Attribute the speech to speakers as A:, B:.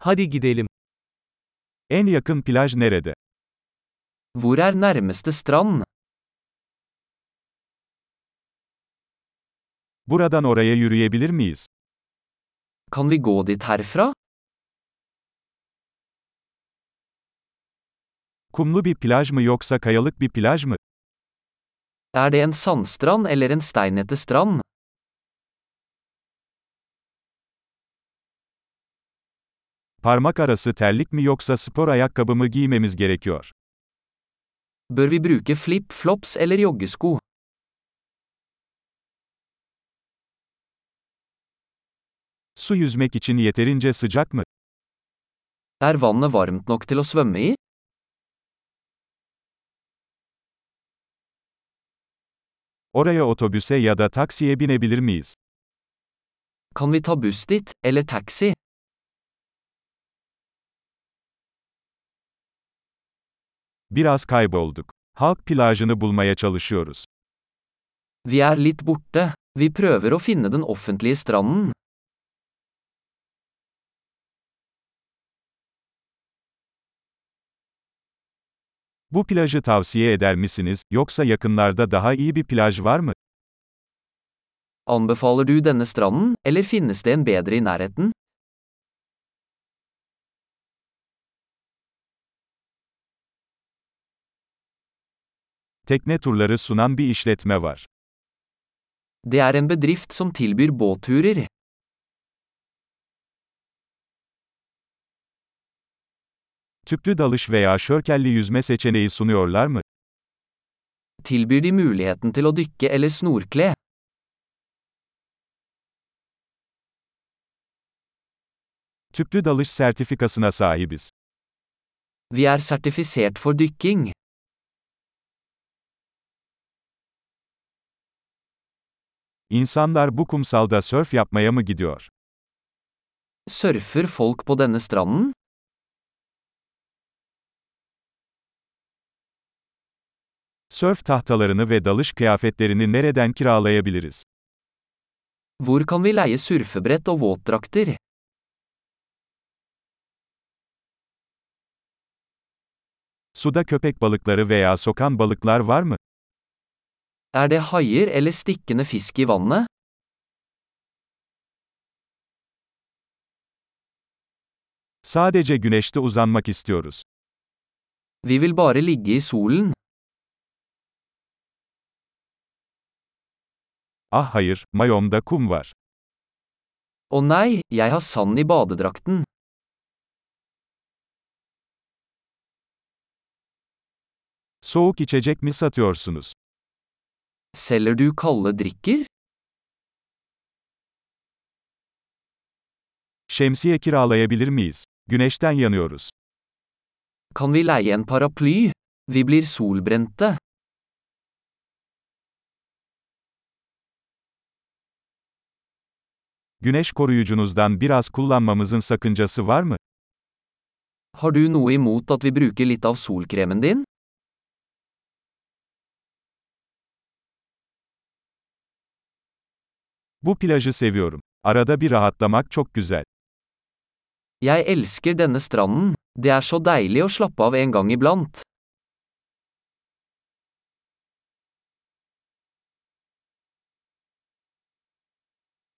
A: Hadi gidelim. En yakın plaj nerede?
B: Hvor er nærmeste strand?
A: Buradan oraya yürüyebilir miyiz?
B: Kan vi gå dit herfra?
A: Kumlu bir plaj mı yoksa kayalık bir plaj mı?
B: Er det en sandstrand eller en steinete strand?
A: Parmak arası terlik mi yoksa spor ayakkabı mı giymemiz gerekiyor?
B: Bør vi bruke flip-flops eller joggesko?
A: Su yüzmek için yeterince sıcak mı?
B: Er vannet varmt nok til å svømme i?
A: Oraya otobüse ya da taksiye binebilir miyiz?
B: Kan vi ta buss dit, eller taxi?
A: Biraz kaybolduk. Halk plajını bulmaya çalışıyoruz.
B: Vi er litt borte. Vi prøver å finne den offentlige stranden.
A: Bu plajı tavsiye eder misiniz yoksa yakınlarda daha iyi bir plaj var mı?
B: Anbefaler du denne stranden, eller finnes det en bedre i nærheten?
A: Tekne turları sunan bir işletme var.
B: Det er en bedrift som tilbyr båtturer.
A: Tüplü dalış veya şörkelli yüzme seçeneği sunuyorlar mı?
B: Tilbyr de muligheten til å dykke eller snorkle?
A: Tüplü dalış sertifikasına sahibiz.
B: Vi er sertifisert for dykking.
A: İnsanlar bu kumsalda sörf yapmaya mı gidiyor?
B: Surfer folk på denne stranden?
A: Sörf tahtalarını ve dalış kıyafetlerini nereden kiralayabiliriz?
B: Hvor kan vi leie surfebrett og våtdrakter?
A: Suda köpek balıkları veya sokan balıklar var mı?
B: Er det haier eller stikkende fisk i vannet?
A: Sadece güneşte uzanmak istiyoruz.
B: Vi vil bare ligge i solen.
A: Ah hayır, mayomda kum var.
B: Å nei, jeg har sand i badedrakten.
A: Soğuk içecek mi satıyorsunuz?
B: Selger du kalde drikker?
A: Şemsiye kiralayabilir miyiz? Güneşten yanıyoruz.
B: Kan vi leie en paraply? Vi blir solbrente.
A: Güneş koruyucunuzdan biraz kullanmamızın sakıncası var mı?
B: Har du noe imot at vi bruker litt av solkremen din?
A: Bu plajı seviyorum. Arada bir rahatlamak çok güzel.
B: Jeg elsker denne stranden. Det er så deilig å slappe av en gang iblant.